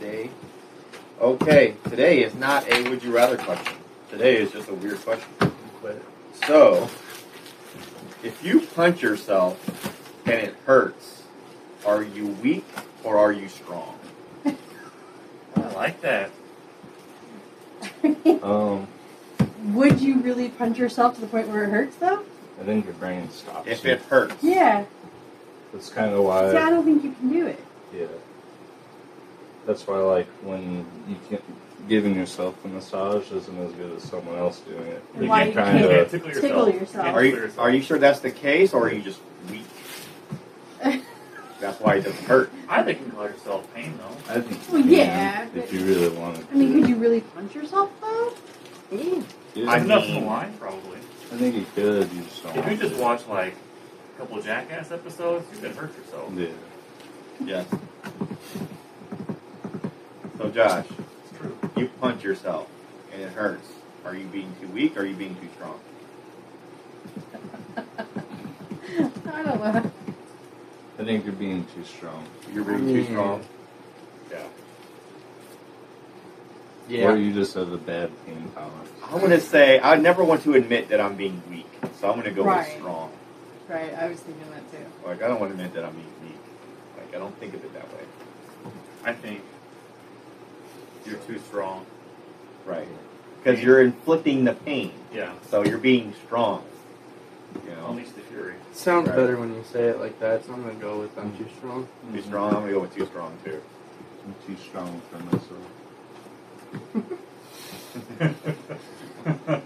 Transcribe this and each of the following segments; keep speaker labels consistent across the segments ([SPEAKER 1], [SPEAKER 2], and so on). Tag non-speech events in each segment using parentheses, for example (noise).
[SPEAKER 1] day. Okay, today is not a would you rather question. Today is just a weird question.
[SPEAKER 2] Quit.
[SPEAKER 1] So, if you punch yourself and it hurts, are you weak or are you strong?
[SPEAKER 2] I like that.
[SPEAKER 3] Um,
[SPEAKER 4] Would you really punch yourself to the point where it hurts though?
[SPEAKER 3] I think your brain stops.
[SPEAKER 1] If
[SPEAKER 3] you.
[SPEAKER 1] it hurts.
[SPEAKER 4] Yeah.
[SPEAKER 3] That's kind of why.
[SPEAKER 4] See, I don't think you can do it.
[SPEAKER 3] Yeah. That's why, like, when you can giving yourself a massage isn't as good as someone else doing it. You
[SPEAKER 4] Why
[SPEAKER 3] can kind
[SPEAKER 4] you
[SPEAKER 3] of.
[SPEAKER 2] tickle
[SPEAKER 4] Tickle
[SPEAKER 2] yourself.
[SPEAKER 4] yourself.
[SPEAKER 2] Yeah,
[SPEAKER 1] Are
[SPEAKER 2] tickle
[SPEAKER 1] you
[SPEAKER 2] yourself.
[SPEAKER 1] are you sure that's the case or are you just weak? That's why it doesn't hurt.
[SPEAKER 2] I think you can call yourself pain though.
[SPEAKER 3] I think.
[SPEAKER 4] Well,
[SPEAKER 3] you
[SPEAKER 4] yeah,
[SPEAKER 3] can,
[SPEAKER 4] but-
[SPEAKER 3] If you really wanted
[SPEAKER 4] I mean,
[SPEAKER 3] to.
[SPEAKER 4] could you really punch yourself though?
[SPEAKER 3] Yeah,
[SPEAKER 1] I
[SPEAKER 2] I'm enough
[SPEAKER 1] mean-
[SPEAKER 2] in the line probably.
[SPEAKER 3] I think you could. You just don't.
[SPEAKER 2] If you
[SPEAKER 3] want
[SPEAKER 2] just
[SPEAKER 3] to.
[SPEAKER 2] watch like a couple jackass episodes, you can hurt yourself.
[SPEAKER 3] Yeah.
[SPEAKER 1] Yes. So Josh,
[SPEAKER 2] It's true.
[SPEAKER 1] you punch yourself and it hurts. Are you being too weak or are you being too strong?
[SPEAKER 4] I don't know.
[SPEAKER 3] I think you're being too strong.
[SPEAKER 1] You're being too strong.
[SPEAKER 2] Yeah.
[SPEAKER 3] Or you just have a bad pain tolerance.
[SPEAKER 1] I'm gonna say I never want to admit that I'm being weak, so I'm gonna go
[SPEAKER 4] Right.
[SPEAKER 1] with strong.
[SPEAKER 4] Right, I was thinking that too.
[SPEAKER 1] Like I don't want to admit that I'm being weak. Like I don't think of it that way.
[SPEAKER 2] I think you're too strong.
[SPEAKER 1] Right. Because you're inflicting the pain,
[SPEAKER 2] Yeah.
[SPEAKER 1] so you're being strong. You know,
[SPEAKER 2] Unleash the fury.
[SPEAKER 5] Sounds
[SPEAKER 1] Right.
[SPEAKER 5] better when you say it like that, so I'm gonna go with I'm too strong.
[SPEAKER 2] Mm-hmm.
[SPEAKER 1] too strong. I'm gonna go with too strong too.
[SPEAKER 3] I'm too strong for myself.
[SPEAKER 2] (laughs)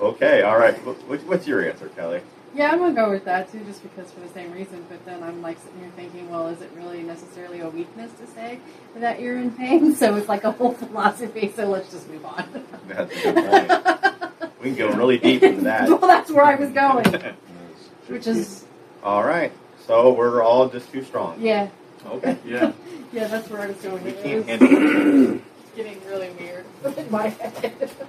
[SPEAKER 1] Okay, all right. Wh- wh- what's your answer, Kelly? (laughs)
[SPEAKER 4] Yeah, I'm gonna go with that too, just because for the same reason. But then I'm like sitting here thinking, well, is it really necessarily a weakness to say that you're in pain? (laughs) So it's like a whole philosophy. So let's just move on.
[SPEAKER 1] That's a good point. We can go really deep
[SPEAKER 4] (laughs)
[SPEAKER 1] into
[SPEAKER 4] well,
[SPEAKER 1] that.
[SPEAKER 4] that's where I was going,
[SPEAKER 3] And it's just-
[SPEAKER 4] which is
[SPEAKER 1] All right. So we're all just too strong.
[SPEAKER 4] yeah,
[SPEAKER 1] Okay.
[SPEAKER 2] Yeah.
[SPEAKER 4] yeah, that's where I was going.
[SPEAKER 1] We
[SPEAKER 4] It
[SPEAKER 1] can't
[SPEAKER 4] was
[SPEAKER 1] handle it.
[SPEAKER 4] (laughs) getting really weird in my head.